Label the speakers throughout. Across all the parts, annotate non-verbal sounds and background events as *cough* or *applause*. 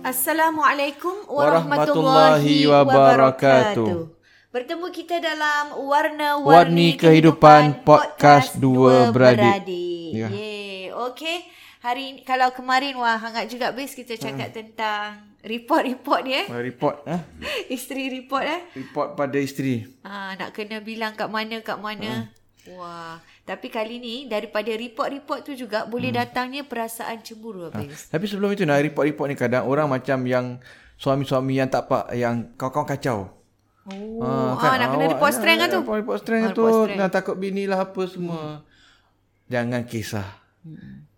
Speaker 1: Assalamualaikum warahmatullahi, warahmatullahi wabarakatuh. wabarakatuh. Bertemu kita dalam warna-warni
Speaker 2: Warni kehidupan podcast dua beradik.
Speaker 1: Ya.
Speaker 2: Ya.
Speaker 1: Yeay. Okey. Hari ini- kalau kemarin wah hangat juga bis kita
Speaker 2: Hmm.
Speaker 1: cakap tentang report-report ni eh.
Speaker 2: Report eh? *laughs*
Speaker 1: Isteri report eh.
Speaker 2: Report pada isteri.
Speaker 1: Ha, nak kena bilang kat mana kat
Speaker 2: Hmm.
Speaker 1: mana. Wah. Tapi kali ni daripada report-report tu juga boleh
Speaker 2: Hmm.
Speaker 1: datangnya perasaan cemburu habis.
Speaker 2: Tapi sebelum itu nak report-report ni kadang orang macam yang suami-suami yang tak pak yang kawan-kawan kacau.
Speaker 1: Oh, ah, nak kena
Speaker 2: awak-
Speaker 1: report
Speaker 2: ya,
Speaker 1: strength lah
Speaker 2: ya,
Speaker 1: tu.
Speaker 2: Report, report strength
Speaker 1: Ah,
Speaker 2: tu.
Speaker 1: report strength. Hmm.
Speaker 2: Nak takut bini lah apa semua. Jangan kisah.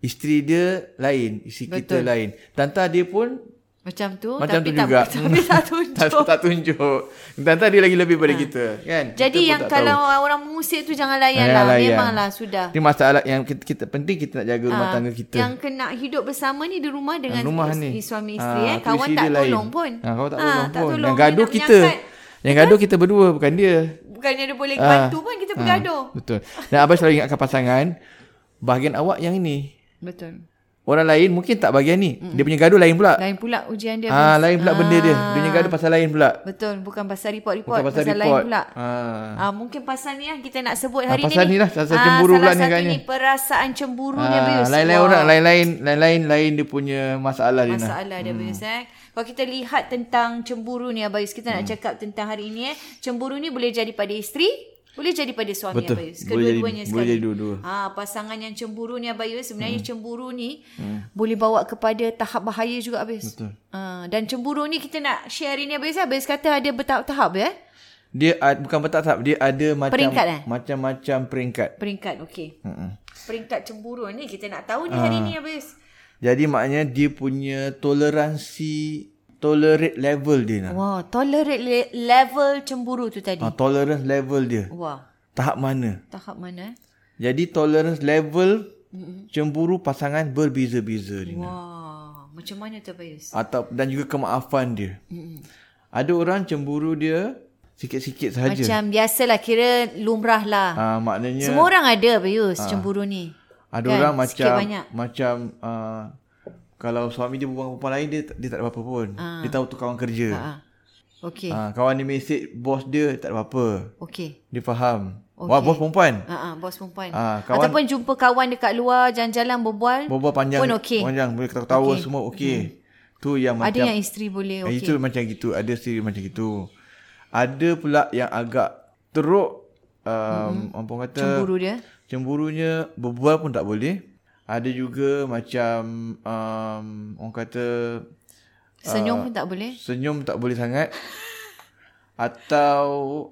Speaker 2: Isteri dia lain, isteri kita lain. Tanta dia pun
Speaker 1: Macam tu Oh,
Speaker 2: macam
Speaker 1: tapi
Speaker 2: tu
Speaker 1: tak
Speaker 2: juga.
Speaker 1: *laughs* tapi tak
Speaker 2: *laughs* tak,
Speaker 1: tunjuk. Ah.
Speaker 2: tak tunjuk. Tanta dia lagi lebih pada kita, kan?
Speaker 1: Jadi
Speaker 2: kita pun
Speaker 1: yang
Speaker 2: tak
Speaker 1: kalau tahu. orang mengusik tu jangan layan
Speaker 2: Jangan
Speaker 1: lah.
Speaker 2: layan.
Speaker 1: Memanglah sudah.
Speaker 2: Ini masalah yang kita, kita penting kita nak jaga rumah
Speaker 1: Ah,
Speaker 2: tangga kita.
Speaker 1: Yang kena hidup bersama ni di rumah dengan
Speaker 2: Ah, rumah
Speaker 1: is-
Speaker 2: ni.
Speaker 1: suami isteri
Speaker 2: Ah,
Speaker 1: eh.
Speaker 2: tu
Speaker 1: Kawan
Speaker 2: isteri
Speaker 1: tak
Speaker 2: dia
Speaker 1: tolong
Speaker 2: lain.
Speaker 1: pun.
Speaker 2: Ah, kawan tak
Speaker 1: Ah,
Speaker 2: tolong pun. Yang
Speaker 1: Dia nak
Speaker 2: gaduh kita.
Speaker 1: menyangkat.
Speaker 2: Yang gaduh kita berdua bukan dia.
Speaker 1: Bukannya dia boleh
Speaker 2: Ah,
Speaker 1: bantu pun kita
Speaker 2: ah,
Speaker 1: bergaduh.
Speaker 2: Betul. Dan abang selalu ingatkan pasangan, bahagian awak yang ini.
Speaker 1: Betul.
Speaker 2: Orang lain mungkin tak bahagian ni. Dia punya gaduh lain pula.
Speaker 1: Lain pula ujian dia.
Speaker 2: Ah,
Speaker 1: Hafiz.
Speaker 2: lain pula benda dia. Dia punya gaduh pasal lain pula.
Speaker 1: Betul. Bukan pasal report-report.
Speaker 2: Bukan
Speaker 1: Bukan Ah.
Speaker 2: pasal
Speaker 1: pasal, lain
Speaker 2: report.
Speaker 1: pula.
Speaker 2: Ah.
Speaker 1: Ah, mungkin pasal ni lah kita nak sebut
Speaker 2: Ah,
Speaker 1: hari
Speaker 2: pasal
Speaker 1: ni.
Speaker 2: ni lah, pasal cemburu pula
Speaker 1: salah
Speaker 2: ni
Speaker 1: satu
Speaker 2: agaknya.
Speaker 1: ni perasaan cemburunya
Speaker 2: Ah,
Speaker 1: Bius.
Speaker 2: lain-lain
Speaker 1: Wah.
Speaker 2: orang, lain-lain, lain-lain lain dia punya masalah dia nak. Hmm.
Speaker 1: Masalah dia Abayus eh. Kalau kita lihat tentang cemburu ni Abayus, kita
Speaker 2: Hmm.
Speaker 1: nak cakap tentang hari ini eh. Cemburu ni boleh jadi pada isteri, boleh jadi pada suami
Speaker 2: Betul.
Speaker 1: Abayus.
Speaker 2: Boleh
Speaker 1: Kedua-duanya
Speaker 2: jadi-
Speaker 1: sekali.
Speaker 2: boleh jadi dua-dua.
Speaker 1: Ha, pasangan yang cemburu ni Abayus, sebenarnya hmm. cemburu ni hmm. boleh bawa kepada tahap bahaya juga Abayus.
Speaker 2: Betul.
Speaker 1: Ha, dan cemburu ni kita nak share hari ni Abayus. eh. Abayus kata ada bertahap-tahap ya. Eh?
Speaker 2: Dia ad, bukan bertahap, dia ada macam
Speaker 1: Peringkat, eh?
Speaker 2: macam-macam peringkat.
Speaker 1: Peringkat, okey. Hmm. Peringkat cemburu ni kita nak tahu ni
Speaker 2: Ah.
Speaker 1: hari ni Abayus.
Speaker 2: Jadi maknanya dia punya toleransi tolerate level dia nak.
Speaker 1: Wah, tolerate le- level cemburu tu tadi.
Speaker 2: Ha, tolerance level dia.
Speaker 1: Wah,
Speaker 2: Tahap mana?
Speaker 1: tahap mana eh?
Speaker 2: Jadi tolerance level cemburu pasangan berbeza-beza dia.
Speaker 1: Wah, macam mana tu Bayus?
Speaker 2: Atau dan juga kemaafan dia. Ada orang cemburu dia sikit-sikit saja.
Speaker 1: Macam biasalah kira lumrah lah.
Speaker 2: Ha, maknanya
Speaker 1: Semua orang ada Bayus
Speaker 2: Ah.
Speaker 1: cemburu ni.
Speaker 2: Ada
Speaker 1: Kan?
Speaker 2: kan? orang
Speaker 1: Sikit
Speaker 2: macam
Speaker 1: banyak.
Speaker 2: macam uh, kalau suami dia berbual dengan perempuan lain dia dia tak ada apa-apa pun. Dia tahu tu kawan kerja.
Speaker 1: Ha. Ah. Okey.
Speaker 2: Ha. kawan dia mesej bos dia tak ada apa-apa.
Speaker 1: Okey.
Speaker 2: Dia faham. Wah bos perempuan.
Speaker 1: Ha ah, bos perempuan.
Speaker 2: Ah, kawan-
Speaker 1: Ataupun jumpa kawan dekat luar jalan-jalan berbual.
Speaker 2: Berbual panjang
Speaker 1: Pun okey. Hmm.
Speaker 2: panjang boleh ketawa-ketawa okay. semua okey. Tu yang
Speaker 1: ada
Speaker 2: macam
Speaker 1: yang isteri boleh.
Speaker 2: okay.
Speaker 1: Okey.
Speaker 2: itu macam gitu. Ada sendiri macam gitu. Ada pula yang agak teruk
Speaker 1: Hmm.
Speaker 2: um, mm-hmm. kata
Speaker 1: Cemburu dia.
Speaker 2: Cemburunya berbual pun tak boleh. Ada juga macam um, orang kata
Speaker 1: Senyum
Speaker 2: Ah.
Speaker 1: pun tak boleh.
Speaker 2: senyum tak
Speaker 1: *laughs*
Speaker 2: boleh sangat. Atau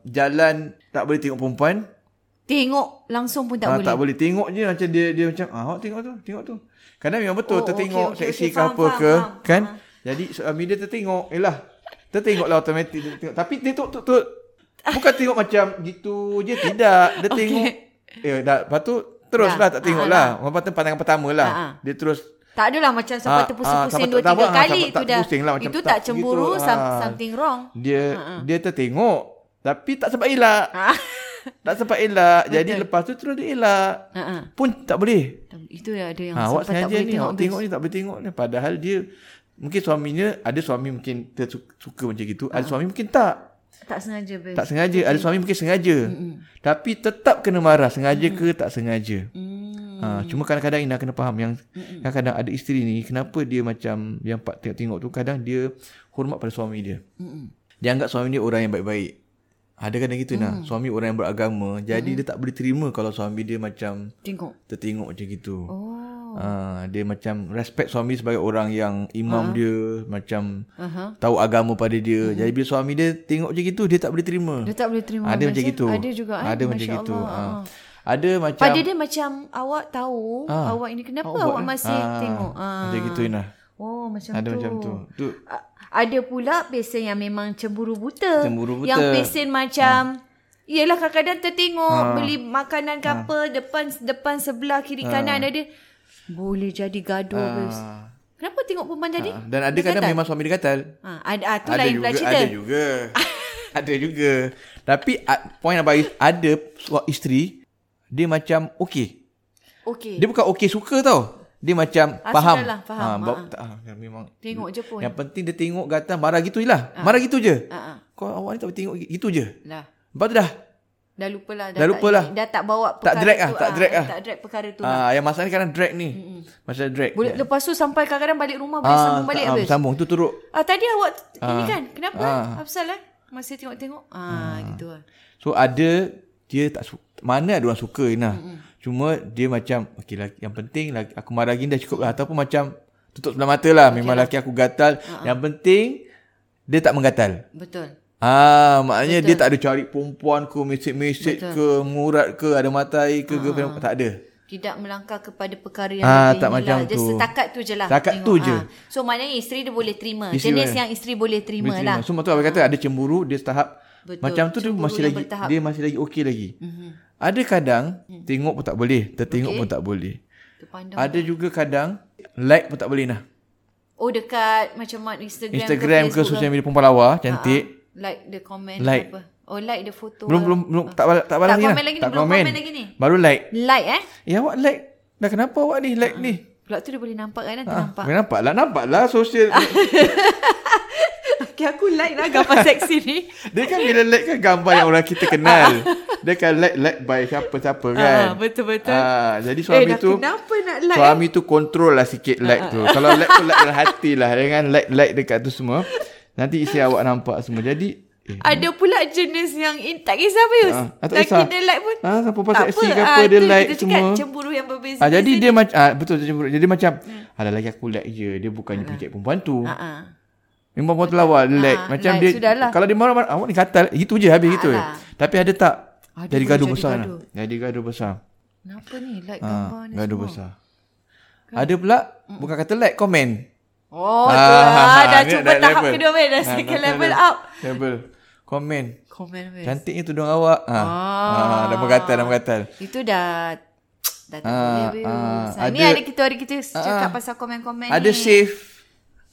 Speaker 2: jalan tak boleh tengok perempuan.
Speaker 1: Tengok langsung pun tak
Speaker 2: Tak, ha, boleh.
Speaker 1: boleh.
Speaker 2: tak boleh tengok je macam dia dia macam ah awak tengok tu, tengok tu. Kadang memang betul
Speaker 1: Oh,
Speaker 2: oh, tertengok
Speaker 1: okey, okey,
Speaker 2: okay, okay,
Speaker 1: okey.
Speaker 2: seksi okay, ke
Speaker 1: Faham,
Speaker 2: apa
Speaker 1: faham,
Speaker 2: ke
Speaker 1: faham.
Speaker 2: kan. Jadi suami dia tertengok. Yalah. Tertengoklah automatik dia tengok. Tapi dia tengok tut tut. Bukan tengok macam gitu je
Speaker 1: *laughs*
Speaker 2: tidak. Dia tengok eh dah lepas tu teruslah tak tengoklah. Orang kata pandangan pertama lah.
Speaker 1: Ah, ah.
Speaker 2: Dia terus
Speaker 1: Tak adalah macam sampai
Speaker 2: Ah, ah,
Speaker 1: terpusing-pusing
Speaker 2: sampai
Speaker 1: dua
Speaker 2: tak-
Speaker 1: tiga
Speaker 2: tak-
Speaker 1: kali
Speaker 2: tak-
Speaker 1: itu
Speaker 2: tak
Speaker 1: dah.
Speaker 2: pusing lah, macam
Speaker 1: Itu
Speaker 2: tak
Speaker 1: tak cemburu
Speaker 2: gitu.
Speaker 1: some-
Speaker 2: Ah.
Speaker 1: something wrong.
Speaker 2: dia dia tertengok tapi tak sebab elak.
Speaker 1: Ah.
Speaker 2: Tak sempat elak. Betul. Jadi lepas tu terus dia elak.
Speaker 1: Ha-ha.
Speaker 2: Pun tak boleh.
Speaker 1: Ah, Itu dia ada yang
Speaker 2: Ha,
Speaker 1: sampai tak
Speaker 2: awak sengaja
Speaker 1: boleh
Speaker 2: ni,
Speaker 1: tengok
Speaker 2: awak
Speaker 1: habis.
Speaker 2: tengok ni tak boleh tengok ni. Padahal dia, mungkin suaminya, ada suami mungkin tersuka, suka macam gitu.
Speaker 1: Ah.
Speaker 2: Ada suami mungkin tak.
Speaker 1: Tak sengaja habis.
Speaker 2: Tak sengaja. Ada suami mungkin sengaja. Tapi tetap kena marah. Sengaja ke tak sengaja.
Speaker 1: Hmm.
Speaker 2: Ha, cuma kadang-kadang Ina kena faham yang kadang-kadang ada isteri ni kenapa dia macam yang pak tengok-tengok tu kadang dia hormat pada suami dia. Dia anggap suami dia orang yang baik-baik. Ada kadang gitu Ina,
Speaker 1: Mm.
Speaker 2: suami orang yang beragama. Jadi dia tak boleh terima kalau suami dia macam
Speaker 1: Tengok.
Speaker 2: tertengok macam gitu.
Speaker 1: Oh.
Speaker 2: Ha, dia macam respect suami sebagai orang yang imam dia, macam
Speaker 1: Ah. Aha.
Speaker 2: tahu agama pada dia. Jadi bila suami dia tengok macam gitu dia tak boleh terima.
Speaker 1: Dia tak boleh terima.
Speaker 2: Ada macam
Speaker 1: Malaysia.
Speaker 2: gitu.
Speaker 1: Ada juga. eh?
Speaker 2: Ada macam
Speaker 1: Masya
Speaker 2: gitu.
Speaker 1: Allah.
Speaker 2: Ha.
Speaker 1: Ha.
Speaker 2: Ada macam
Speaker 1: Pada dia macam awak tahu
Speaker 2: Ah.
Speaker 1: awak ini kenapa
Speaker 2: Awak
Speaker 1: awak,
Speaker 2: buat lah.
Speaker 1: masih
Speaker 2: Ah,
Speaker 1: tengok. Ah.
Speaker 2: Macam gitu Inah.
Speaker 1: Oh macam
Speaker 2: Ada
Speaker 1: tu.
Speaker 2: macam tu. Tu
Speaker 1: A- Ada pula pesen yang memang cemburu buta.
Speaker 2: Cemburu buta. Ha.
Speaker 1: Yang pesen macam Yelah kadang-kadang tertengok beli makanan ke apa depan depan sebelah kiri
Speaker 2: Ha.
Speaker 1: kanan ada boleh jadi gaduh ha. bes.
Speaker 2: ah,
Speaker 1: Kenapa tengok perempuan tadi?
Speaker 2: ah. dan ada kadang memang suami dia gatal.
Speaker 1: Ha, ada ah, tu
Speaker 2: ada
Speaker 1: lain
Speaker 2: juga,
Speaker 1: pula cerita.
Speaker 2: ada juga. *laughs* ada juga. Tapi ah, point abang is- ada suami isteri dia macam okey.
Speaker 1: Okey.
Speaker 2: Dia bukan okey suka tau. Dia macam
Speaker 1: Ah,
Speaker 2: faham.
Speaker 1: sudahlah, faham.
Speaker 2: Ah, bab-
Speaker 1: Ah.
Speaker 2: tak, ah, memang
Speaker 1: Tengok je pun.
Speaker 2: yang penting dia tengok gatal marah gitu je lah. Marah gitu je.
Speaker 1: Ha ah.
Speaker 2: Kau awak ni tak boleh tengok gitu je.
Speaker 1: Lah.
Speaker 2: Lepas tu dah.
Speaker 1: Dah lupa lah.
Speaker 2: Dah lupa lah.
Speaker 1: Tak, dah tak bawa perkara
Speaker 2: Tak drag
Speaker 1: tu.
Speaker 2: ah, tak drag
Speaker 1: ah.
Speaker 2: ah.
Speaker 1: Tak drag perkara tu. lah.
Speaker 2: Ah, yang masalah ni kadang drag ni. Masalah drag.
Speaker 1: Boleh,
Speaker 2: Dia-
Speaker 1: Lepas tu sampai kadang-kadang balik rumah boleh
Speaker 2: Ya. Ah,
Speaker 1: sambung balik
Speaker 2: tak- ah,
Speaker 1: habis.
Speaker 2: Sambung tu teruk.
Speaker 1: Ah, tadi awak t- ini
Speaker 2: Ah.
Speaker 1: kan. Kenapa?
Speaker 2: Ah.
Speaker 1: Ah. Apa salah? Masih tengok-tengok. Ah, gitu lah.
Speaker 2: So ada dia tak su- mana ada orang suka Ina. Mm-hmm. Cuma dia macam okay, laki, yang penting laki, aku marah gini dah cukup lah ataupun macam tutup sebelah mata lah memang laki aku gatal.
Speaker 1: Ah,
Speaker 2: Uh-huh. Yang penting dia tak menggatal.
Speaker 1: Betul.
Speaker 2: Ah, maknanya Betul. dia tak ada cari perempuan ke, mesej-mesej ke, murat ke, ada matai
Speaker 1: Ha.
Speaker 2: ke, uh-huh. tak ada.
Speaker 1: Tidak melangkah kepada perkara yang
Speaker 2: Ah,
Speaker 1: lebih
Speaker 2: tak
Speaker 1: ni
Speaker 2: macam
Speaker 1: lah. Dia
Speaker 2: tu.
Speaker 1: setakat tu je lah.
Speaker 2: Setakat tu je.
Speaker 1: Ah. So, maknanya isteri dia boleh terima.
Speaker 2: Isteri
Speaker 1: Jenis
Speaker 2: boleh.
Speaker 1: yang isteri boleh terima,
Speaker 2: Boleh
Speaker 1: lah.
Speaker 2: terima. So maksud abang kata ada cemburu dia tahap
Speaker 1: Betul.
Speaker 2: macam tu dia
Speaker 1: Cemburu
Speaker 2: masih
Speaker 1: yang
Speaker 2: lagi
Speaker 1: bertahap. Mhm. Hmm.
Speaker 2: dia masih lagi okey lagi. Mm-hmm. Ada kadang tengok pun tak boleh, tertengok pun tak boleh.
Speaker 1: Terpandang.
Speaker 2: Ada juga kadang like pun tak boleh nah.
Speaker 1: Oh, dekat macam mana Instagram,
Speaker 2: Instagram
Speaker 1: ke
Speaker 2: ke
Speaker 1: Facebook.
Speaker 2: sosial media perempuan lawa
Speaker 1: Ha,
Speaker 2: cantik.
Speaker 1: Like the comment.
Speaker 2: Like.
Speaker 1: Apa. Oh, like the photo.
Speaker 2: Belum belum belum tak balas tak
Speaker 1: Tak
Speaker 2: balas lagi.
Speaker 1: komen
Speaker 2: nah.
Speaker 1: lagi ni, belum komen lagi ni.
Speaker 2: Baru like.
Speaker 1: Like eh.
Speaker 2: Eh awak like. Dah kenapa awak ni like ni?
Speaker 1: Pula tu dia boleh nampak kan? Nanti nampak. *laughs*
Speaker 2: Ah, nampak lah, nampak lah sosial.
Speaker 1: Okay, aku like lah gambar
Speaker 2: *laughs*
Speaker 1: seksi ni.
Speaker 2: dia kan bila like kan gambar yang orang kita kenal. dia kan like like by siapa-siapa kan.
Speaker 1: Ah, betul-betul.
Speaker 2: Ah, jadi suami
Speaker 1: eh, dah
Speaker 2: tu
Speaker 1: kenapa nak like? Ah,
Speaker 2: Suami tu control lah sikit like tu. Kalau like tu like dalam hati lah. Jangan like-like dekat tu semua. Nanti isi awak nampak semua. Jadi, eh,
Speaker 1: Ada pula jenis yang in, tak kisah apa Yus.
Speaker 2: Ah, ah, tak
Speaker 1: Laki
Speaker 2: kisah.
Speaker 1: dia like pun.
Speaker 2: Ah, siapa pasal seksi ke
Speaker 1: ah,
Speaker 2: apa, dia
Speaker 1: tu
Speaker 2: like
Speaker 1: kita cakap,
Speaker 2: semua.
Speaker 1: cemburu yang berbeza.
Speaker 2: ah, jadi dia macam, ah, betul dia cemburu. Jadi macam, alah lagi aku like je. Dia bukannya uh perempuan tu.
Speaker 1: Hmm. Ah, ah.
Speaker 2: Memang perempuan tu lawa, like.
Speaker 1: Ah,
Speaker 2: macam
Speaker 1: like,
Speaker 2: dia,
Speaker 1: sudahlah.
Speaker 2: kalau dia marah-marah, awak ni gatal. Gitu je habis gitu. je.
Speaker 1: Alah.
Speaker 2: Tapi ada tak?
Speaker 1: Ada
Speaker 2: jadi
Speaker 1: boleh
Speaker 2: gaduh
Speaker 1: jadi
Speaker 2: besar.
Speaker 1: gaduh.
Speaker 2: Gaduh. Jadi gaduh besar.
Speaker 1: Kenapa ni like gambar
Speaker 2: Ah,
Speaker 1: ni
Speaker 2: gaduh
Speaker 1: semua?
Speaker 2: besar. Ada pula, bukan kata like, komen.
Speaker 1: Mm. Oh, tu
Speaker 2: *laughs* Ah,
Speaker 1: lah.
Speaker 2: ah,
Speaker 1: Dah
Speaker 2: ni
Speaker 1: cuba
Speaker 2: ada
Speaker 1: tahap
Speaker 2: level.
Speaker 1: kedua weh. Dah
Speaker 2: Ah,
Speaker 1: second
Speaker 2: dah
Speaker 1: level
Speaker 2: level.
Speaker 1: up.
Speaker 2: Label. Komen.
Speaker 1: Comment weh.
Speaker 2: Cantiknya tudung awak. Ha. Ah.
Speaker 1: Ah.
Speaker 2: Ha, dah bergatal, dah bergatal.
Speaker 1: Itu dah dah tak
Speaker 2: Ah,
Speaker 1: boleh weh.
Speaker 2: ah,
Speaker 1: Yus. Ah, Ni
Speaker 2: ada- Ah,
Speaker 1: ada kita hari kita cakap pasal komen-komen ni.
Speaker 2: Ada save.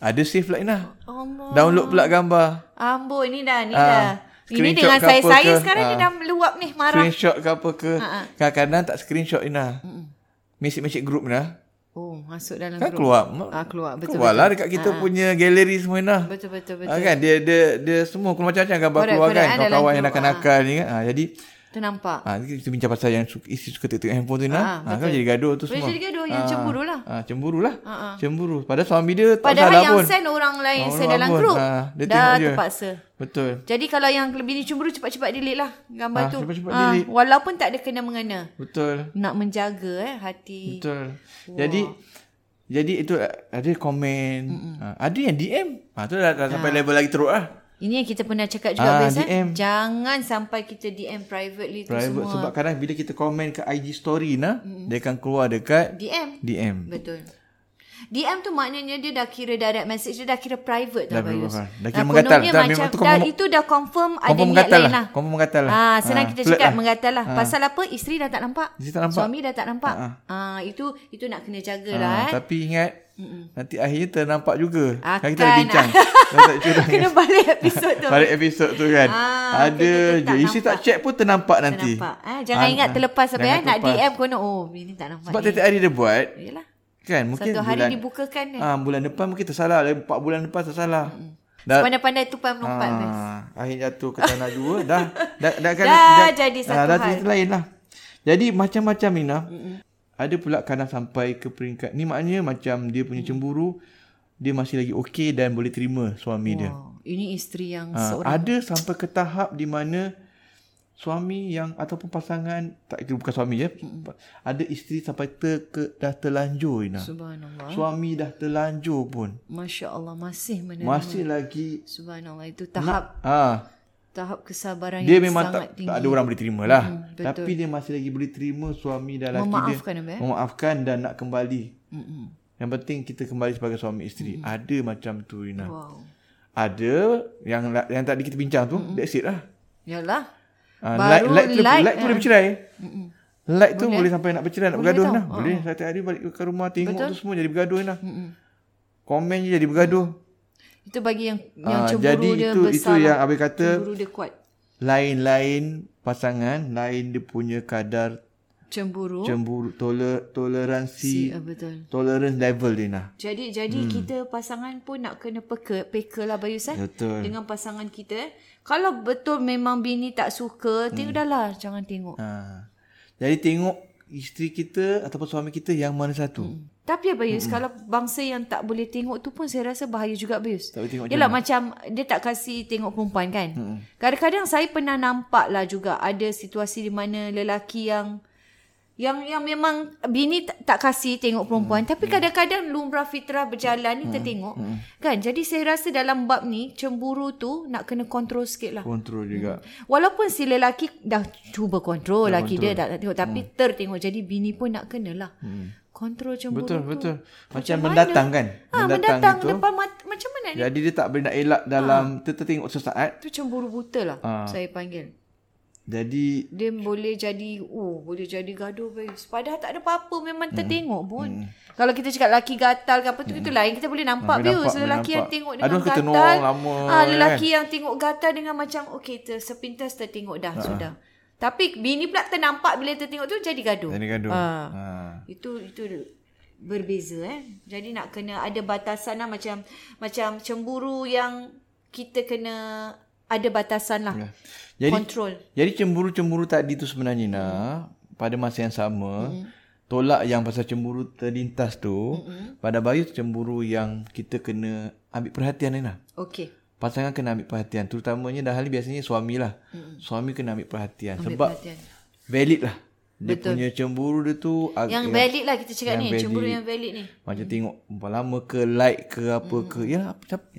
Speaker 2: Ada save lah Inah.
Speaker 1: Allah.
Speaker 2: Download pula gambar.
Speaker 1: Amboi ni dah ni
Speaker 2: Ah,
Speaker 1: dah. Ini
Speaker 2: screenshot
Speaker 1: dengan
Speaker 2: ke
Speaker 1: saya
Speaker 2: apa
Speaker 1: saya
Speaker 2: ke?
Speaker 1: sekarang dia
Speaker 2: Ah.
Speaker 1: dah meluap ni marah.
Speaker 2: Screenshot ke apa ke.
Speaker 1: Ah,
Speaker 2: Kadang-kadang tak screenshot Inah. Mesej-mesej grup Inah.
Speaker 1: Oh, masuk dalam
Speaker 2: Kan
Speaker 1: grup.
Speaker 2: keluar.
Speaker 1: Ah, keluar. Betul, Ah,
Speaker 2: Keluarlah dekat kita punya galeri semua Inah.
Speaker 1: Betul betul betul.
Speaker 2: Ah, kan dia dia dia semua keluar macam-macam gambar
Speaker 1: Correct,
Speaker 2: keluar
Speaker 1: correct.
Speaker 2: kan
Speaker 1: Ah, dalam
Speaker 2: kawan-kawan yang
Speaker 1: grup,
Speaker 2: nakal-nakal ni kan. Ah, jadi
Speaker 1: Tu nampak.
Speaker 2: ah kita bincang pasal yang suka, isi suka tengok handphone tu
Speaker 1: Ah,
Speaker 2: Inah. Ah,
Speaker 1: betul.
Speaker 2: kan jadi gaduh tu
Speaker 1: Boleh
Speaker 2: semua.
Speaker 1: jadi gaduh, yang cemburu lah.
Speaker 2: Ah, cemburu lah.
Speaker 1: Ah, ah.
Speaker 2: Cemburu. Padahal suami dia tak
Speaker 1: Padahal
Speaker 2: salah
Speaker 1: yang
Speaker 2: pun.
Speaker 1: send orang lain
Speaker 2: Orang
Speaker 1: send dalam
Speaker 2: pun.
Speaker 1: grup.
Speaker 2: Ah, dia
Speaker 1: dah
Speaker 2: tengok je.
Speaker 1: terpaksa.
Speaker 2: Betul.
Speaker 1: Jadi kalau yang lebih ni cemburu cepat-cepat delete lah gambar
Speaker 2: Ah,
Speaker 1: tu.
Speaker 2: cepat-cepat
Speaker 1: Ah,
Speaker 2: delete.
Speaker 1: walaupun tak ada kena mengena.
Speaker 2: Betul.
Speaker 1: Nak menjaga eh hati.
Speaker 2: Betul. Jadi jadi itu uh, ada komen, uh, ada yang DM. Ha tu dah, dah sampai level lagi teruk lah.
Speaker 1: Ini yang kita pernah cakap juga
Speaker 2: Ah,
Speaker 1: Bez, eh.
Speaker 2: DM.
Speaker 1: Jangan sampai kita DM privately tu
Speaker 2: Private
Speaker 1: semua.
Speaker 2: sebab kadang bila kita komen ke IG story nah, dia akan keluar dekat
Speaker 1: DM.
Speaker 2: DM.
Speaker 1: Betul. DM tu maknanya dia dah kira direct message, dia dah kira private tu
Speaker 2: Dah
Speaker 1: Abang
Speaker 2: kira
Speaker 1: Yus.
Speaker 2: private. Dah kira
Speaker 1: Ah,
Speaker 2: menggatal.
Speaker 1: kononnya
Speaker 2: Dah
Speaker 1: macam,
Speaker 2: memang tu
Speaker 1: dah,
Speaker 2: confirm-
Speaker 1: itu dah confirm, ada
Speaker 2: Confirm
Speaker 1: niat
Speaker 2: menggatal
Speaker 1: lain
Speaker 2: lah.
Speaker 1: lah.
Speaker 2: Confirm menggatal lah.
Speaker 1: Ah, senang
Speaker 2: Ah,
Speaker 1: kita
Speaker 2: flirt
Speaker 1: cakap
Speaker 2: lah.
Speaker 1: menggatal lah. Pasal apa? Isteri dah tak nampak.
Speaker 2: Isteri tak nampak.
Speaker 1: Suami dah tak nampak.
Speaker 2: Ah,
Speaker 1: Ah, itu itu nak kena jagalah
Speaker 2: Ah,
Speaker 1: eh.
Speaker 2: tapi ingat Mm-mm. Nanti akhirnya ternampak juga.
Speaker 1: Akan.
Speaker 2: Kan kita ada
Speaker 1: *laughs*
Speaker 2: bincang. Kalau tak curang
Speaker 1: Kena balik episod tu.
Speaker 2: Balik episod tu kan.
Speaker 1: Ah,
Speaker 2: ada
Speaker 1: betul-betul
Speaker 2: je.
Speaker 1: tak
Speaker 2: Isi tak
Speaker 1: nampak.
Speaker 2: check pun ternampak nanti.
Speaker 1: Nampak. Ah, jangan
Speaker 2: Ah,
Speaker 1: ingat
Speaker 2: ah.
Speaker 1: terlepas apa ya.
Speaker 2: Jangan
Speaker 1: Nak
Speaker 2: terlepas.
Speaker 1: DM kono. Oh, ini tak nampak.
Speaker 2: Sebab
Speaker 1: ni.
Speaker 2: tiap-tiap hari dia buat.
Speaker 1: Yelah.
Speaker 2: Kan mungkin
Speaker 1: Satu hari
Speaker 2: bulan,
Speaker 1: dibukakan kan.
Speaker 2: Ah, bulan depan mungkin tersalah. Lagi 4 bulan depan tersalah. Mm-mm.
Speaker 1: Pandai-pandai tupai melompat. Bes.
Speaker 2: Ah, akhir jatuh ke tanah
Speaker 1: *laughs*
Speaker 2: dua dah dah dah, kan,
Speaker 1: Dah jadi satu
Speaker 2: dah
Speaker 1: hal.
Speaker 2: cerita lain lah. Jadi macam-macam Nina. Mm-mm. Ada pula kadang sampai ke peringkat ni maknanya macam
Speaker 1: Mm.
Speaker 2: dia punya cemburu dia masih lagi okey dan boleh terima suami dia.
Speaker 1: Oh, ini isteri yang
Speaker 2: Ah,
Speaker 1: Oh, seorang.
Speaker 2: ada sampai ke tahap di mana suami yang ataupun pasangan tak kira bukan suami ya. Ada isteri sampai ter, ke, dah terlanjur Ina.
Speaker 1: Subhanallah.
Speaker 2: Suami dah terlanjur pun
Speaker 1: Masya Allah masih menerima.
Speaker 2: masih lagi
Speaker 1: Subhanallah itu tahap
Speaker 2: ah
Speaker 1: tahap kesabaran
Speaker 2: dia
Speaker 1: yang
Speaker 2: memang
Speaker 1: sangat
Speaker 2: tak,
Speaker 1: tinggi.
Speaker 2: tak ada orang boleh terima lah.
Speaker 1: betul.
Speaker 2: Hmm, Tapi dia masih lagi boleh terima suami dan laki
Speaker 1: Memaafkan
Speaker 2: dia.
Speaker 1: apa, eh?
Speaker 2: Memaafkan dan nak kembali.
Speaker 1: Mm-mm.
Speaker 2: Yang penting kita kembali sebagai suami isteri. Hmm. Ada macam tu Rina.
Speaker 1: Wow.
Speaker 2: Wow. Ada yang la- yang tadi kita bincang tu, hmm. that's it lah.
Speaker 1: Yalah.
Speaker 2: Ah,
Speaker 1: Baru
Speaker 2: like, like, tu,
Speaker 1: like,
Speaker 2: like,
Speaker 1: ah.
Speaker 2: tu boleh bercerai. Like tu boleh. sampai nak bercerai, nak
Speaker 1: Boleh
Speaker 2: bergaduh
Speaker 1: tau.
Speaker 2: lah. Boleh satu hari balik ke rumah tengok
Speaker 1: Betul.
Speaker 2: tu semua jadi bergaduh lah. Komen je jadi bergaduh.
Speaker 1: Itu bagi yang yang
Speaker 2: Ah,
Speaker 1: cemburu
Speaker 2: jadi
Speaker 1: dia
Speaker 2: itu
Speaker 1: besar.
Speaker 2: itu yang
Speaker 1: lah.
Speaker 2: Abi kata
Speaker 1: cemburu dia kuat.
Speaker 2: lain-lain pasangan, lain dia punya kadar
Speaker 1: Cemburu.
Speaker 2: cemburu toler, toleransi
Speaker 1: Ya, betul.
Speaker 2: tolerance level dia nah.
Speaker 1: Jadi jadi hmm. kita pasangan pun nak kena peka peka lah Bayu San.
Speaker 2: Betul.
Speaker 1: Dengan pasangan kita eh. Kalau betul memang bini tak suka, tengok
Speaker 2: Hmm.
Speaker 1: dah lah jangan tengok.
Speaker 2: Ha. Jadi tengok isteri kita ataupun suami kita yang mana satu. Hmm.
Speaker 1: Tapi Abayus, mm-hmm. kalau bangsa yang tak boleh tengok tu pun saya rasa bahaya juga Abayus.
Speaker 2: Tak boleh tengok
Speaker 1: Yalah macam dia tak kasi tengok perempuan kan. Mm-hmm. Kadang-kadang saya pernah nampak lah juga ada situasi di mana lelaki yang yang yang memang bini tak, tak kasi tengok perempuan hmm. tapi kadang-kadang lumrah fitrah berjalan ni hmm. tertengok hmm. kan jadi saya rasa dalam bab ni cemburu tu nak kena kontrol sikit lah
Speaker 2: Kontrol juga.
Speaker 1: walaupun si lelaki dah cuba kontrol lelaki dia tak nak tengok
Speaker 2: Mm.
Speaker 1: tapi tertengok jadi bini pun nak kenalah hmm. kontrol cemburu
Speaker 2: Betul
Speaker 1: tu.
Speaker 2: betul. Macam
Speaker 1: Macam
Speaker 2: mendatang kan?
Speaker 1: Ha, mendatang, mendatang depan mata, macam mana ni?
Speaker 2: Jadi dia tak boleh nak elak dalam ha. tertengok sesaat.
Speaker 1: Tu cemburu buta lah
Speaker 2: Ah.
Speaker 1: saya panggil.
Speaker 2: Jadi
Speaker 1: Dia boleh jadi, oh boleh jadi gaduh guys. Padahal tak ada apa-apa memang
Speaker 2: Hmm.
Speaker 1: tertengok pun. Kalau kita cakap laki gatal ke apa tu, itu lain. Kita boleh nampak
Speaker 2: Boleh
Speaker 1: view.
Speaker 2: Hmm. nampak, boleh
Speaker 1: Lelaki yang
Speaker 2: nampak.
Speaker 1: tengok
Speaker 2: Aduh,
Speaker 1: dengan
Speaker 2: kita
Speaker 1: gatal.
Speaker 2: nong lama, kan?
Speaker 1: ah, lelaki yang tengok gatal dengan macam, okay ter, sepintas tertengok
Speaker 2: Ah.
Speaker 1: dah, sudah. Tapi bini pula ternampak bila tertengok tu jadi gaduh.
Speaker 2: jadi gaduh. Ha.
Speaker 1: Ah. Itu itu berbeza eh. Jadi nak kena ada batasan lah macam macam cemburu yang kita kena ada batasan lah.
Speaker 2: ha.
Speaker 1: Yeah.
Speaker 2: Jadi
Speaker 1: Kontrol.
Speaker 2: Jadi cemburu-cemburu tadi tu sebenarnya Ina
Speaker 1: Hmm.
Speaker 2: pada masa yang sama tolak yang pasal cemburu terlintas
Speaker 1: Hmm,
Speaker 2: tu pada bayu cemburu yang kita kena ambil perhatian Ina.
Speaker 1: Okey.
Speaker 2: Pasangan kena ambil perhatian terutamanya dah hal ni biasanya suami lah. Suami kena ambil perhatian
Speaker 1: Ambil
Speaker 2: sebab
Speaker 1: perhatian.
Speaker 2: valid lah. Dia punya cemburu dia tu ag-
Speaker 1: Yang
Speaker 2: ya,
Speaker 1: valid lah kita cakap
Speaker 2: Yang
Speaker 1: ni. Cemburu
Speaker 2: valid.
Speaker 1: yang valid ni.
Speaker 2: macam tengok perempuan lama ke like ke apa
Speaker 1: Mm.
Speaker 2: ke. Ya apa siapa-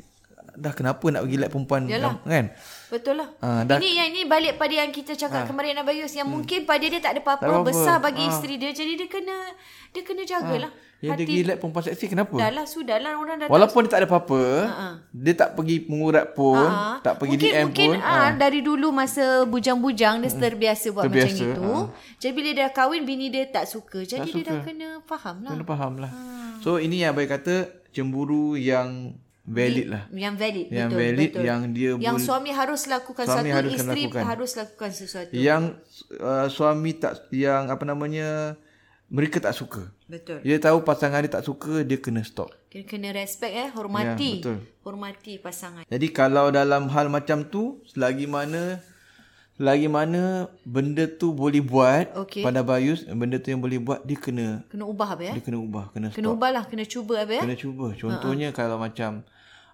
Speaker 2: dah kenapa nak pergi like perempuan lama, kan?
Speaker 1: Betul lah.
Speaker 2: Ah, dah- Ha. Hmm.
Speaker 1: ini yang ini balik pada yang kita cakap kemarin Abayus yang mungkin pada dia tak ada apa-apa,
Speaker 2: Tak ada apa-apa. Ha.
Speaker 1: besar bagi isteri dia. Jadi dia kena dia kena jagalah.
Speaker 2: Ya dia pergi like perempuan seksi kenapa?
Speaker 1: Dah lah sudahlah orang dah
Speaker 2: Walaupun dia tak ada apa-apa, dia tak pergi mengurat pun, tak pergi
Speaker 1: mungkin,
Speaker 2: DM
Speaker 1: mungkin
Speaker 2: pun.
Speaker 1: ah, dari dulu masa bujang-bujang dia terbiasa buat
Speaker 2: Terbiasa, ah.
Speaker 1: macam itu. Jadi bila dia dah kahwin bini dia tak suka. Jadi dia dah kena faham lah.
Speaker 2: Kena faham lah. So ini yang baik kata cemburu yang valid lah.
Speaker 1: Yang valid
Speaker 2: Yang
Speaker 1: betul
Speaker 2: valid,
Speaker 1: betul.
Speaker 2: yang dia
Speaker 1: yang
Speaker 2: boleh-
Speaker 1: suami harus lakukan
Speaker 2: Suami
Speaker 1: sesuatu,
Speaker 2: harus
Speaker 1: isteri
Speaker 2: lakukan.
Speaker 1: harus lakukan sesuatu.
Speaker 2: Yang uh, suami tak yang apa namanya mereka tak suka.
Speaker 1: Betul.
Speaker 2: Dia tahu pasangan dia tak suka, dia kena stop.
Speaker 1: Kena, kena respect eh, hormati.
Speaker 2: Ya, betul.
Speaker 1: Hormati pasangan.
Speaker 2: Jadi kalau dalam hal macam tu, selagi mana selagi mana benda tu boleh buat
Speaker 1: Okey.
Speaker 2: pada Bayus, benda tu yang boleh buat dia kena
Speaker 1: Kena ubah apa ya?
Speaker 2: dia kena ubah, kena
Speaker 1: Kena ubah lah, kena cuba apa ya?
Speaker 2: Kena cuba. Contohnya kalau macam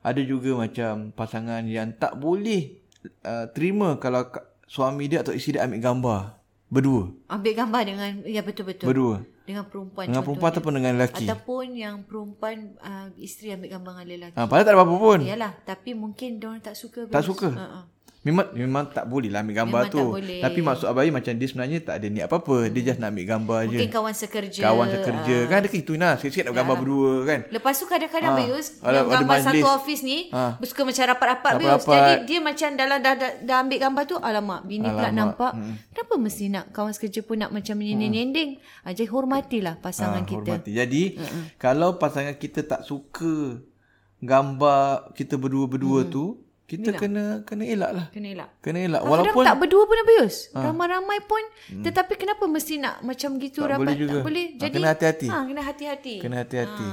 Speaker 2: ada juga macam pasangan yang tak boleh uh, terima kalau ka- suami dia atau isteri dia ambil gambar berdua.
Speaker 1: Ambil gambar dengan ya betul-betul.
Speaker 2: Berdua.
Speaker 1: dengan perempuan
Speaker 2: Dengan perempuan ataupun dengan lelaki.
Speaker 1: ataupun yang perempuan uh, isteri ambil gambar dengan lelaki. Ya.
Speaker 2: Ha, padahal tak ada apa-apa pun.
Speaker 1: Yalah, tapi mungkin dia orang tak suka.
Speaker 2: Tak suka. Ya.
Speaker 1: Uh-uh.
Speaker 2: Memang memang tak boleh lah ambil gambar
Speaker 1: Memang
Speaker 2: tu.
Speaker 1: tak boleh.
Speaker 2: Tapi maksud abai macam dia sebenarnya tak ada niat apa-apa. Dia just nak ambil gambar je.
Speaker 1: Mungkin kawan sekerja.
Speaker 2: Kawan sekerja.
Speaker 1: Ah.
Speaker 2: kan ada itu nah. Sikit-sikit nak
Speaker 1: Ya.
Speaker 2: gambar berdua kan.
Speaker 1: Lepas tu kadang-kadang
Speaker 2: Ha.
Speaker 1: ha. Bius
Speaker 2: Ada-
Speaker 1: yang
Speaker 2: ada
Speaker 1: gambar
Speaker 2: majlis.
Speaker 1: satu office ni
Speaker 2: Ha.
Speaker 1: ha. suka macam rapat-rapat Bius.
Speaker 2: Rapat-rapat.
Speaker 1: Jadi dia macam dalam dah, dah, dah ambil gambar tu alamak bini pula
Speaker 2: Alamak.
Speaker 1: nampak. Hmm. Kenapa mesti nak kawan sekerja pun nak macam menyending-nyending? Ha. Jadi hormatilah pasangan
Speaker 2: Hmm. Ah,
Speaker 1: ha, kita.
Speaker 2: Hormati. Jadi uh-uh. kalau pasangan kita tak suka gambar kita
Speaker 1: Mm.
Speaker 2: berdua-berdua hmm. tu, kita kena kena elak lah.
Speaker 1: Kena elak.
Speaker 2: Kena elak
Speaker 1: Walaupun
Speaker 2: walaupun
Speaker 1: tak berdua pun Bius. Ha.
Speaker 2: Ah.
Speaker 1: Ramai-ramai pun hmm. tetapi kenapa mesti nak macam gitu
Speaker 2: Tak
Speaker 1: rapat
Speaker 2: boleh juga.
Speaker 1: tak boleh.
Speaker 2: Ha,
Speaker 1: Jadi Ah.
Speaker 2: kena hati-hati.
Speaker 1: Ha, kena hati-hati.
Speaker 2: kena hati-hati.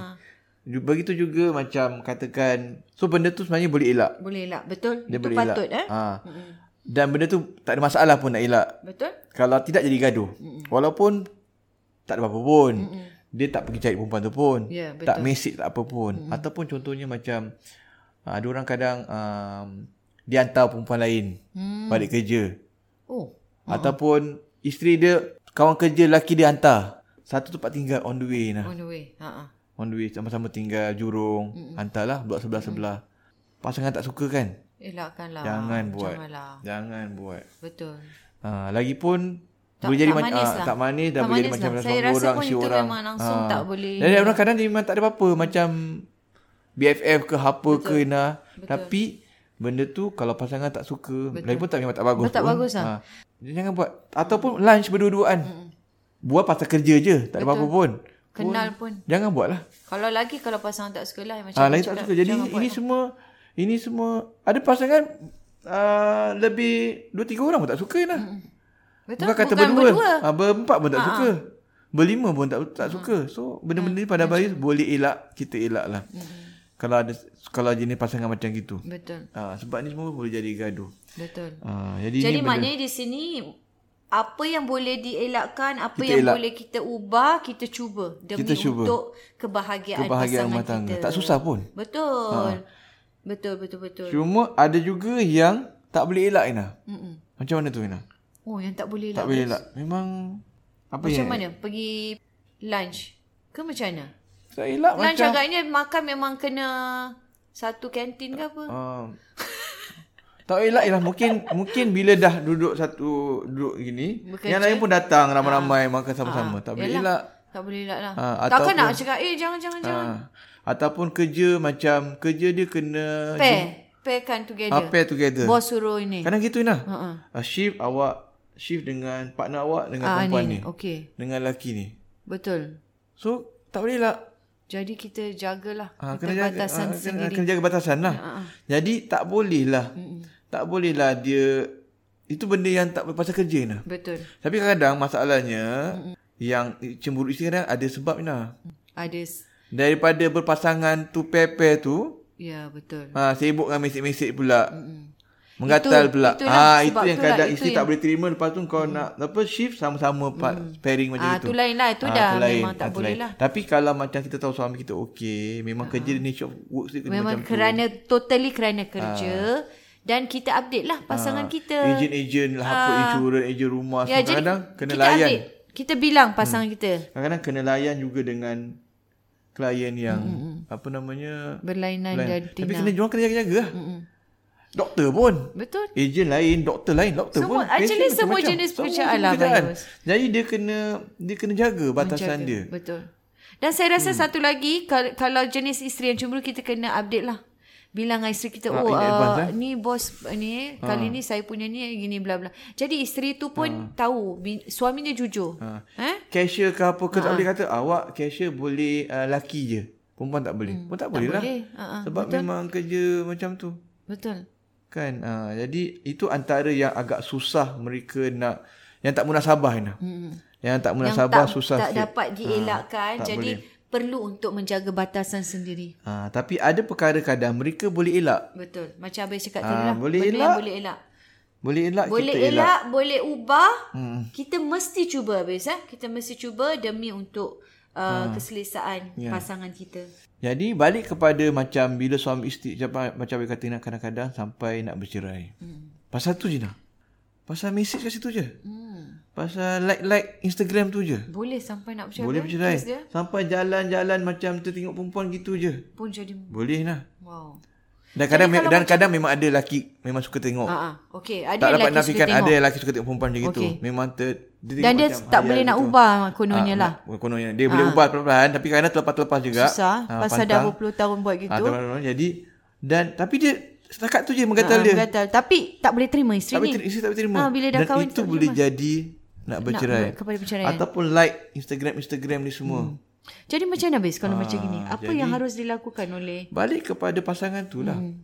Speaker 2: Ju- Begitu juga macam katakan so benda tu sebenarnya boleh elak.
Speaker 1: Boleh elak betul.
Speaker 2: Dia
Speaker 1: itu
Speaker 2: boleh
Speaker 1: patut
Speaker 2: elak.
Speaker 1: eh.
Speaker 2: Ha. Dan benda tu tak ada masalah pun nak elak.
Speaker 1: Betul?
Speaker 2: Kalau tidak jadi gaduh. Mm-mm. Walaupun tak ada apa-apa pun. Mm-mm. Dia tak pergi cari perempuan tu pun.
Speaker 1: Ya, betul.
Speaker 2: tak mesej tak apa pun. Mm-mm. Ataupun contohnya macam ah, ada orang kadang um, dia hantar perempuan lain mm. balik kerja.
Speaker 1: Oh.
Speaker 2: Ataupun isteri dia kawan kerja lelaki dia hantar. Satu tempat tinggal on the way nah.
Speaker 1: On the way. Ha ah.
Speaker 2: On the way sama-sama tinggal Jurong. Mm-mm. Hantarlah blok sebelah-sebelah. Pasangan tak suka kan?
Speaker 1: Elakkanlah.
Speaker 2: Jangan buat.
Speaker 1: Janganlah.
Speaker 2: Jangan buat.
Speaker 1: Betul.
Speaker 2: Ha, lagipun
Speaker 1: Tak-
Speaker 2: boleh jadi
Speaker 1: tak
Speaker 2: macam
Speaker 1: manis
Speaker 2: ah,
Speaker 1: lah.
Speaker 2: tak manis dan
Speaker 1: Tak
Speaker 2: boleh jadi
Speaker 1: manis
Speaker 2: macam
Speaker 1: lah.
Speaker 2: lah.
Speaker 1: Saya rasa
Speaker 2: orang
Speaker 1: pun
Speaker 2: si
Speaker 1: itu
Speaker 2: orang. Ha.
Speaker 1: memang langsung tak boleh.
Speaker 2: Dan ada orang kadang dia memang tak ada apa-apa macam BFF ke apa ke nah. Tapi benda tu kalau pasangan tak suka, lagipun tak memang tak bagus.
Speaker 1: Tak
Speaker 2: pun.
Speaker 1: bagus lah.
Speaker 2: Ha. Jangan buat ataupun lunch berdua-duaan. Buat pasal kerja je, tak ada apa-apa pun.
Speaker 1: Kenal pun.
Speaker 2: Jangan buatlah.
Speaker 1: Kalau lagi kalau pasangan tak suka lah macam
Speaker 2: Ah,
Speaker 1: tu
Speaker 2: lain tak
Speaker 1: cakap,
Speaker 2: suka. Jadi
Speaker 1: jangan lah.
Speaker 2: ini semua ini semua ada pasangan uh, lebih 2 3 orang pun tak suka lah.
Speaker 1: Betul?
Speaker 2: Bukan kata berdua. berdua. Ha, berempat pun
Speaker 1: Ah.
Speaker 2: tak suka. Berlima pun tak tak suka.
Speaker 1: Hmm.
Speaker 2: So benda-benda ni pada bayi boleh elak, kita elak lah. Kalau ada kalau jenis pasangan macam gitu.
Speaker 1: Betul.
Speaker 2: Ha, sebab ni semua boleh jadi gaduh.
Speaker 1: Betul.
Speaker 2: Ha, jadi
Speaker 1: Jadi
Speaker 2: ni benda
Speaker 1: maknanya di sini apa yang boleh dielakkan, apa
Speaker 2: Kita
Speaker 1: yang
Speaker 2: elak.
Speaker 1: boleh kita ubah, kita cuba demi
Speaker 2: Kita cuba.
Speaker 1: untuk kebahagiaan, pasangan
Speaker 2: kebahagiaan Ha. rumah tangga.
Speaker 1: kita.
Speaker 2: Tak susah pun.
Speaker 1: Betul. Betul betul betul.
Speaker 2: Cuma ada juga yang tak boleh elak Ina.
Speaker 1: Mm-mm.
Speaker 2: Macam mana tu Ina?
Speaker 1: Oh, yang tak boleh Hmm. elak.
Speaker 2: Tak boleh elak. Memang apa
Speaker 1: Macam
Speaker 2: yang
Speaker 1: mana? Pergi lunch ke macam mana?
Speaker 2: tak elak
Speaker 1: Lunch
Speaker 2: macam
Speaker 1: agaknya makan memang kena satu kantin ke apa?
Speaker 2: um, tak elak lah mungkin mungkin bila dah duduk satu duduk gini
Speaker 1: Bekerja. Ah.
Speaker 2: yang lain pun datang ramai-ramai makan sama-sama tak boleh
Speaker 1: Yalah.
Speaker 2: elak
Speaker 1: Tak boleh elak lah.
Speaker 2: Ha,
Speaker 1: Takkan
Speaker 2: ataupun-
Speaker 1: nak cakap, eh jangan, jangan, jangan.
Speaker 2: ha. ataupun kerja macam kerja dia kena
Speaker 1: Pair. Pair kan together.
Speaker 2: Ah, pair together
Speaker 1: Bos suruh ini.
Speaker 2: kadang gitu Inah
Speaker 1: Ha, ha.
Speaker 2: uh, shift awak shift dengan partner awak dengan
Speaker 1: Ah,
Speaker 2: perempuan ni,
Speaker 1: ni. Okey.
Speaker 2: dengan lelaki ni
Speaker 1: Betul.
Speaker 2: so tak boleh elak
Speaker 1: Jadi kita jagalah.
Speaker 2: Ah,
Speaker 1: kita batasan
Speaker 2: ah, kena,
Speaker 1: sendiri. Ah,
Speaker 2: kena jaga batasan lah. Jadi tak boleh lah. Tak boleh lah dia itu benda yang tak pasal kerja nah.
Speaker 1: Betul.
Speaker 2: Tapi kadang masalahnya yang cemburu isteri kadang ada sebab nah.
Speaker 1: Ada. s-
Speaker 2: Daripada berpasangan tu pair-pair tu,
Speaker 1: Ya, betul.
Speaker 2: ha, sibuk dengan mesej-mesej pula. Menggatal
Speaker 1: Itu-
Speaker 2: pula.
Speaker 1: itulah
Speaker 2: ah
Speaker 1: sebab
Speaker 2: itu yang
Speaker 1: itulah,
Speaker 2: kadang
Speaker 1: itu
Speaker 2: isteri
Speaker 1: yang- Mm.
Speaker 2: tak boleh terima lepas tu kau nak apa shift sama-sama mm. pairing macam
Speaker 1: Ah,
Speaker 2: itu.
Speaker 1: tu lain lah. Itu dah memang tak boleh lah.
Speaker 2: ah,
Speaker 1: Ah.
Speaker 2: Tapi kalau macam kita tahu suami kita okey, memang kerja dia nature of work dia kena
Speaker 1: Memang
Speaker 2: macam tu. Ah.
Speaker 1: kerana totally kerana kerja dan kita update lah pasangan kita.
Speaker 2: Ejen-ejen lah apa insurans, ejen rumah
Speaker 1: Ah. Ya,
Speaker 2: semua
Speaker 1: jadi
Speaker 2: kadang-kadang kena
Speaker 1: kita
Speaker 2: layan. Hmm.
Speaker 1: update. Kita bilang pasangan kita
Speaker 2: Kadang-kadang kena layan juga dengan klien yang apa namanya
Speaker 1: berlainan
Speaker 2: layan.
Speaker 1: dan
Speaker 2: Tapi
Speaker 1: tina.
Speaker 2: kena jual kena jaga-jaga lah. Doktor pun
Speaker 1: Betul.
Speaker 2: Ejen lain, doktor lain, doktor
Speaker 1: Semua-
Speaker 2: pun
Speaker 1: actually
Speaker 2: patient
Speaker 1: semua
Speaker 2: macam-macam.
Speaker 1: jenis
Speaker 2: Semua
Speaker 1: pekerjaan
Speaker 2: jenis
Speaker 1: lah,
Speaker 2: pekerjaan.
Speaker 1: Bayus.
Speaker 2: Jadi dia kena dia kena jaga batasan
Speaker 1: Jaga.
Speaker 2: dia.
Speaker 1: Betul. Dan saya rasa hmm. satu lagi kal- kalau jenis isteri yang cemburu kita kena update lah. Bilang dengan isteri kita
Speaker 2: Ah,
Speaker 1: oh
Speaker 2: in
Speaker 1: uh,
Speaker 2: advance, eh? Ah.
Speaker 1: ni bos uh, ni ha. kali ni saya punya ni gini bla bla. Jadi isteri tu pun tahu bin, suami dia jujur.
Speaker 2: Ah.
Speaker 1: Ha. Eh?
Speaker 2: Cashier ke apa ke
Speaker 1: Ha.
Speaker 2: tak boleh kata awak cashier boleh uh, laki je. Perempuan tak boleh. Pun tak boleh lah.
Speaker 1: Hmm. boleh. Ha, ha,
Speaker 2: Sebab memang kerja macam tu.
Speaker 1: Betul.
Speaker 2: Kan ha, Jadi itu antara yang agak susah mereka nak Yang tak munasabah Ina. Hmm. Yang tak munasabah
Speaker 1: tak,
Speaker 2: susah
Speaker 1: tak
Speaker 2: sikit Ah,
Speaker 1: dapat dielakkan
Speaker 2: tak
Speaker 1: ha, jadi perlu untuk menjaga batasan sendiri.
Speaker 2: ha, Tapi ada perkara kadang mereka boleh elak
Speaker 1: Betul. Macam abang cakap
Speaker 2: Ah,
Speaker 1: tadi lah.
Speaker 2: boleh
Speaker 1: Benda
Speaker 2: elak.
Speaker 1: Yang boleh elak.
Speaker 2: Boleh elak
Speaker 1: Boleh
Speaker 2: kita
Speaker 1: elak,
Speaker 2: elak,
Speaker 1: elak, boleh ubah. Hmm. Kita mesti cuba habis eh. Kita mesti cuba demi untuk uh,
Speaker 2: Hmm.
Speaker 1: keselesaan
Speaker 2: Ya.
Speaker 1: pasangan kita.
Speaker 2: Jadi balik kepada macam Bila suami isteri Macam macam dia kata Ina, kadang-kadang Sampai nak bercerai hmm. Pasal tu je nak Pasal mesej kat situ je
Speaker 1: Hmm.
Speaker 2: Pasal like-like Instagram tu je
Speaker 1: Boleh sampai nak bercerai.
Speaker 2: Boleh bercerai
Speaker 1: Terus dia
Speaker 2: Sampai jalan-jalan Macam tertengok perempuan gitu je
Speaker 1: pun jadi
Speaker 2: Boleh lah
Speaker 1: wow.
Speaker 2: Dan kadang me- dan kadang memang ada lelaki memang suka tengok.
Speaker 1: Ah, ah. Okey, ada
Speaker 2: tak
Speaker 1: lelaki
Speaker 2: dapat
Speaker 1: suka
Speaker 2: nafikan
Speaker 1: tengok.
Speaker 2: ada lelaki suka tengok perempuan macam gitu.
Speaker 1: Okey.
Speaker 2: Memang ter dia tengok
Speaker 1: Dan dia
Speaker 2: macam
Speaker 1: tak
Speaker 2: hayal
Speaker 1: boleh nak
Speaker 2: gitu.
Speaker 1: ubah kononnya
Speaker 2: Ah,
Speaker 1: lah.
Speaker 2: nak- kononnya. Dia boleh ubah perlahan-lahan tapi kadang terlepas-lepas juga.
Speaker 1: Susah
Speaker 2: Ah,
Speaker 1: pasal dah
Speaker 2: pantang.
Speaker 1: berpuluh tahun buat
Speaker 2: Ah,
Speaker 1: gitu.
Speaker 2: terlepas-lepas. jadi dan tapi dia setakat tu je menggatal
Speaker 1: Ah,
Speaker 2: dia.
Speaker 1: gatal. Tapi tak boleh terima isteri
Speaker 2: Tapi
Speaker 1: ni.
Speaker 2: ter, isteri tak boleh terima.
Speaker 1: Ah, bila dah
Speaker 2: dan
Speaker 1: kahwin
Speaker 2: itu
Speaker 1: tak
Speaker 2: boleh
Speaker 1: terima.
Speaker 2: jadi nak bercerai.
Speaker 1: ber- kepada perceraian.
Speaker 2: Ataupun like Instagram Instagram ni semua.
Speaker 1: Hmm. Jadi macam mana habis kalau macam gini? Apa
Speaker 2: Ah, jadi-
Speaker 1: yang harus dilakukan oleh
Speaker 2: Balik kepada pasangan tu lah.
Speaker 1: Hmm.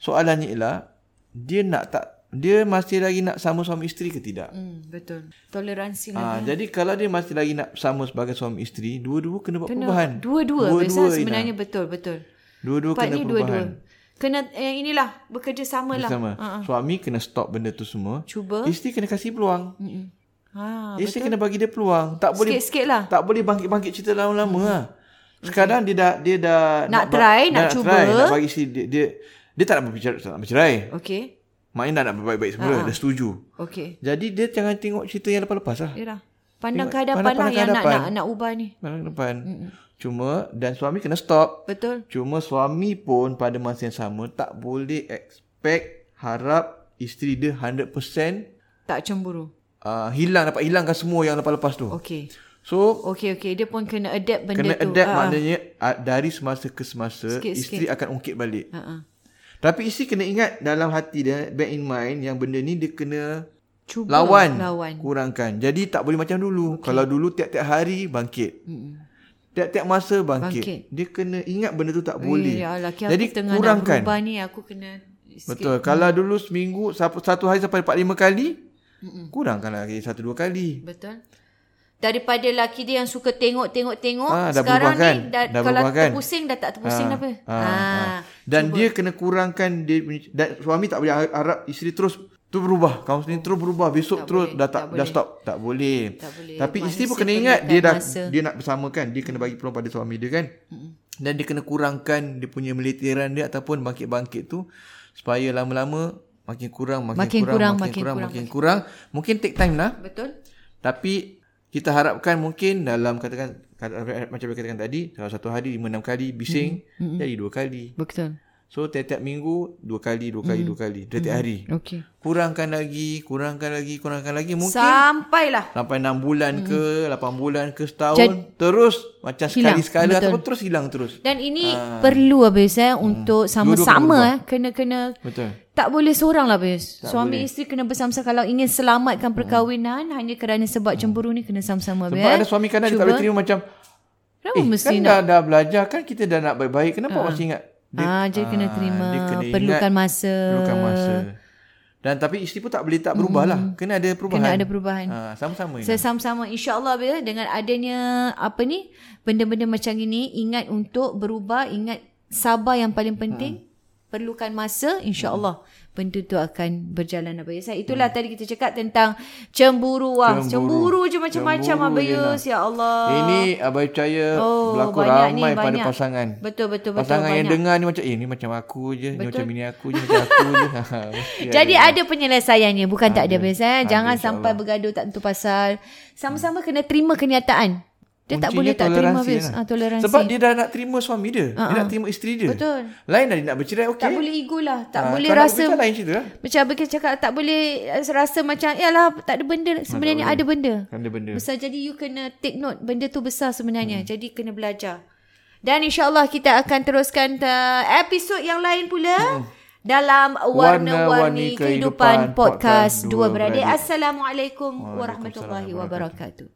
Speaker 2: Soalannya ialah dia nak tak dia masih lagi nak sama suami isteri ke tidak?
Speaker 1: Hmm, betul. Toleransi lah.
Speaker 2: Ah, jadi kalau dia masih lagi nak sama sebagai suami isteri, dua-dua kena buat
Speaker 1: Kena
Speaker 2: perubahan.
Speaker 1: dua-dua,
Speaker 2: dua-dua
Speaker 1: dua-dua
Speaker 2: Ina.
Speaker 1: sebenarnya betul, betul.
Speaker 2: Dua-dua
Speaker 1: Part
Speaker 2: kena
Speaker 1: ni
Speaker 2: perubahan.
Speaker 1: dua-dua. Kena eh, inilah bekerja sama lah.
Speaker 2: Sama. Suami kena stop benda tu semua.
Speaker 1: Cuba. Mm,
Speaker 2: Isteri kena kasih peluang.
Speaker 1: Ha,
Speaker 2: isteri kena bagi dia peluang. Tak boleh
Speaker 1: sikit-sikit lah.
Speaker 2: tak boleh bangkit-bangkit cerita lama-lama lah. Sekarang dia dah dia dah
Speaker 1: Mm-hmm. Nak
Speaker 2: ba-
Speaker 1: try,
Speaker 2: dah
Speaker 1: nak cuba.
Speaker 2: Try, nak bagi si dia, dia dia tak nak bercerai, tak nak bercerai.
Speaker 1: Okey.
Speaker 2: Maknanya dah nak berbaik-baik
Speaker 1: Ah,
Speaker 2: semula, dah setuju.
Speaker 1: Okey.
Speaker 2: Jadi dia jangan tengok cerita yang lepas-lepas lah.
Speaker 1: Yalah. Pandang
Speaker 2: Tengok-
Speaker 1: ke hadapan lah
Speaker 2: pandang- pandang
Speaker 1: yang
Speaker 2: ke
Speaker 1: nak,
Speaker 2: hadapan.
Speaker 1: nak nak ubah ni.
Speaker 2: Malam depan. Cuma dan suami kena stop.
Speaker 1: Betul.
Speaker 2: Cuma suami pun pada masa yang sama tak boleh expect harap isteri dia 100%
Speaker 1: Tak cemburu.
Speaker 2: uh, hilang dapat hilangkan semua yang lepas-lepas tu.
Speaker 1: Okey.
Speaker 2: So
Speaker 1: Okey okey dia pun kena adapt benda
Speaker 2: Kena
Speaker 1: tu.
Speaker 2: adapt
Speaker 1: Ah,
Speaker 2: maknanya ah, dari semasa ke semasa
Speaker 1: Sikit-sikit.
Speaker 2: isteri akan ungkit balik.
Speaker 1: ah, ah.
Speaker 2: Tapi isteri kena ingat dalam hati dia bear in mind yang benda ni dia kena
Speaker 1: Cuba
Speaker 2: lawan,
Speaker 1: Hmm, lawan.
Speaker 2: kurangkan. Jadi tak boleh macam dulu. Okay. Kalau dulu tiap-tiap hari bangkit.
Speaker 1: Mm-mm.
Speaker 2: Tiap-tiap masa bangkit.
Speaker 1: Bangkit.
Speaker 2: Dia kena ingat benda tu tak boleh.
Speaker 1: Ya Allah,
Speaker 2: Jadi
Speaker 1: aku tengah nak
Speaker 2: kurangkan.
Speaker 1: berubah ni aku kena sikit. Hmm.
Speaker 2: Betul. Kalau dulu seminggu satu, satu hari sampai 4 5 kali, kurangkan lagi satu dua kali.
Speaker 1: Betul. Daripada lelaki dia yang suka tengok tengok tengok
Speaker 2: Ah, dah
Speaker 1: sekarang
Speaker 2: berubah kan?
Speaker 1: ni dah,
Speaker 2: Dah
Speaker 1: kalau
Speaker 2: berubah kan?
Speaker 1: terpusing dah tak terpusing dah apa.
Speaker 2: Ah,
Speaker 1: Ah,
Speaker 2: ah. Dan dia kena kurangkan dia punya- dan suami tak boleh harap isteri terus tu berubah. Kamu sendiri terus berubah. Besok tak terus boleh, dah tak, tak dah stop. Tak boleh.
Speaker 1: Tak boleh.
Speaker 2: Tapi isteri pun
Speaker 1: Manusia
Speaker 2: kena ingat
Speaker 1: perlukan
Speaker 2: dia dah
Speaker 1: masa.
Speaker 2: dia nak bersamakan. Dia kena bagi peluang pada suami dia kan. Dan dia kena kurangkan dia punya melitiran dia ataupun bangkit-bangkit tu supaya lama-lama makin kurang makin,
Speaker 1: Makin
Speaker 2: kurang,
Speaker 1: kurang,
Speaker 2: makin,
Speaker 1: makin
Speaker 2: kurang,
Speaker 1: kurang,
Speaker 2: makin kurang mungkin take time lah
Speaker 1: betul.
Speaker 2: tapi kita harapkan mungkin dalam katakan kata- macam yang katakan tadi kalau satu hari lima enam kali bising mm-hmm. jadi dua kali.
Speaker 1: Betul.
Speaker 2: So tiap-tiap minggu dua kali dua kali mm-hmm. dua kali tiap-tiap mm-hmm. hari.
Speaker 1: Okey.
Speaker 2: Kurangkan lagi, kurangkan lagi, kurangkan lagi mungkin
Speaker 1: Sampailah
Speaker 2: sampai enam bulan ke, lapan bulan ke setahun terus macam sekali-sekali ataupun terus hilang terus.
Speaker 1: dan ini
Speaker 2: Ah.
Speaker 1: perlu habis eh
Speaker 2: Hmm.
Speaker 1: untuk sama-sama eh kena-kena
Speaker 2: Betul.
Speaker 1: tak boleh seorang lah habis. Suami boleh. isteri kena bersama-sama kalau ingin selamatkan perkahwinan hanya kerana sebab cemburu ni kena sama-sama
Speaker 2: Hmm. Sebab
Speaker 1: habis. eh.
Speaker 2: ada suami kadang dia tak boleh terima macam
Speaker 1: Kenapa
Speaker 2: eh
Speaker 1: mesti
Speaker 2: kan dah, dah belajar kan kita dah nak baik-baik kenapa masih ingat Ha. dia
Speaker 1: ah, jadi kena
Speaker 2: Ah,
Speaker 1: terima,
Speaker 2: dia kena ingat
Speaker 1: perlukan masa.
Speaker 2: Perlukan masa. Dan tapi isteri pun tak boleh tak berubah lah. Kena ada perubahan.
Speaker 1: Kena ada perubahan.
Speaker 2: Ha, sama-sama.
Speaker 1: Saya sama-sama insya-Allah bila dengan adanya apa ni benda-benda macam ini ingat untuk berubah, ingat sabar yang paling
Speaker 2: Hmm.
Speaker 1: penting. Perlukan masa insya-Allah benda tu akan berjalan apa Yus. Itulah tadi kita cakap tentang cemburu wah.
Speaker 2: Cemburu.
Speaker 1: Cemburu, je macam-macam
Speaker 2: Cemburu
Speaker 1: apa
Speaker 2: je lah.
Speaker 1: Yus. Ya Allah.
Speaker 2: Ini Abai percaya
Speaker 1: Oh,
Speaker 2: berlaku
Speaker 1: banyak
Speaker 2: ramai
Speaker 1: ni,
Speaker 2: pada
Speaker 1: banyak.
Speaker 2: pasangan.
Speaker 1: Betul betul betul
Speaker 2: pasangan yang
Speaker 1: banyak.
Speaker 2: dengar ni macam eh ni macam aku je, ni macam bini aku je, macam aku
Speaker 1: *laughs*
Speaker 2: je. Ha, ha, mesti
Speaker 1: Jadi ada penyelesaiannya bukan tak ada biasa eh. Jangan sampai bergaduh tak tentu pasal. Sama-sama kena terima kenyataan. Dia tak
Speaker 2: Kuncinya
Speaker 1: boleh tak terima
Speaker 2: toleransi
Speaker 1: bias.
Speaker 2: lah.
Speaker 1: Ah toleransi. Ah,
Speaker 2: Sebab dia dah nak terima suami dia. Uh-huh. Dia nak terima isteri dia.
Speaker 1: Betul.
Speaker 2: Lain dah dia nak bercerai okey.
Speaker 1: tak boleh ego lah. Tak
Speaker 2: Ah,
Speaker 1: boleh
Speaker 2: kalau nak
Speaker 1: rasa
Speaker 2: bercerai lain cerita lah.
Speaker 1: macam apa kita cakap tak boleh eh, rasa macam yalah tak ada benda sebenarnya ada benda.
Speaker 2: Kan ada benda.
Speaker 1: Besar jadi you kena take note benda tu besar sebenarnya. Hmm. Jadi kena belajar. Dan insyaAllah kita akan teruskan uh, episod yang lain pula. Hmm. Dalam Warna-Warni Kehidupan
Speaker 2: Warna-Warni Kehidupan
Speaker 1: Podcast Dua
Speaker 2: Beradik.
Speaker 1: Beradik. Assalamualaikum warahmatullahi wabarakatuh.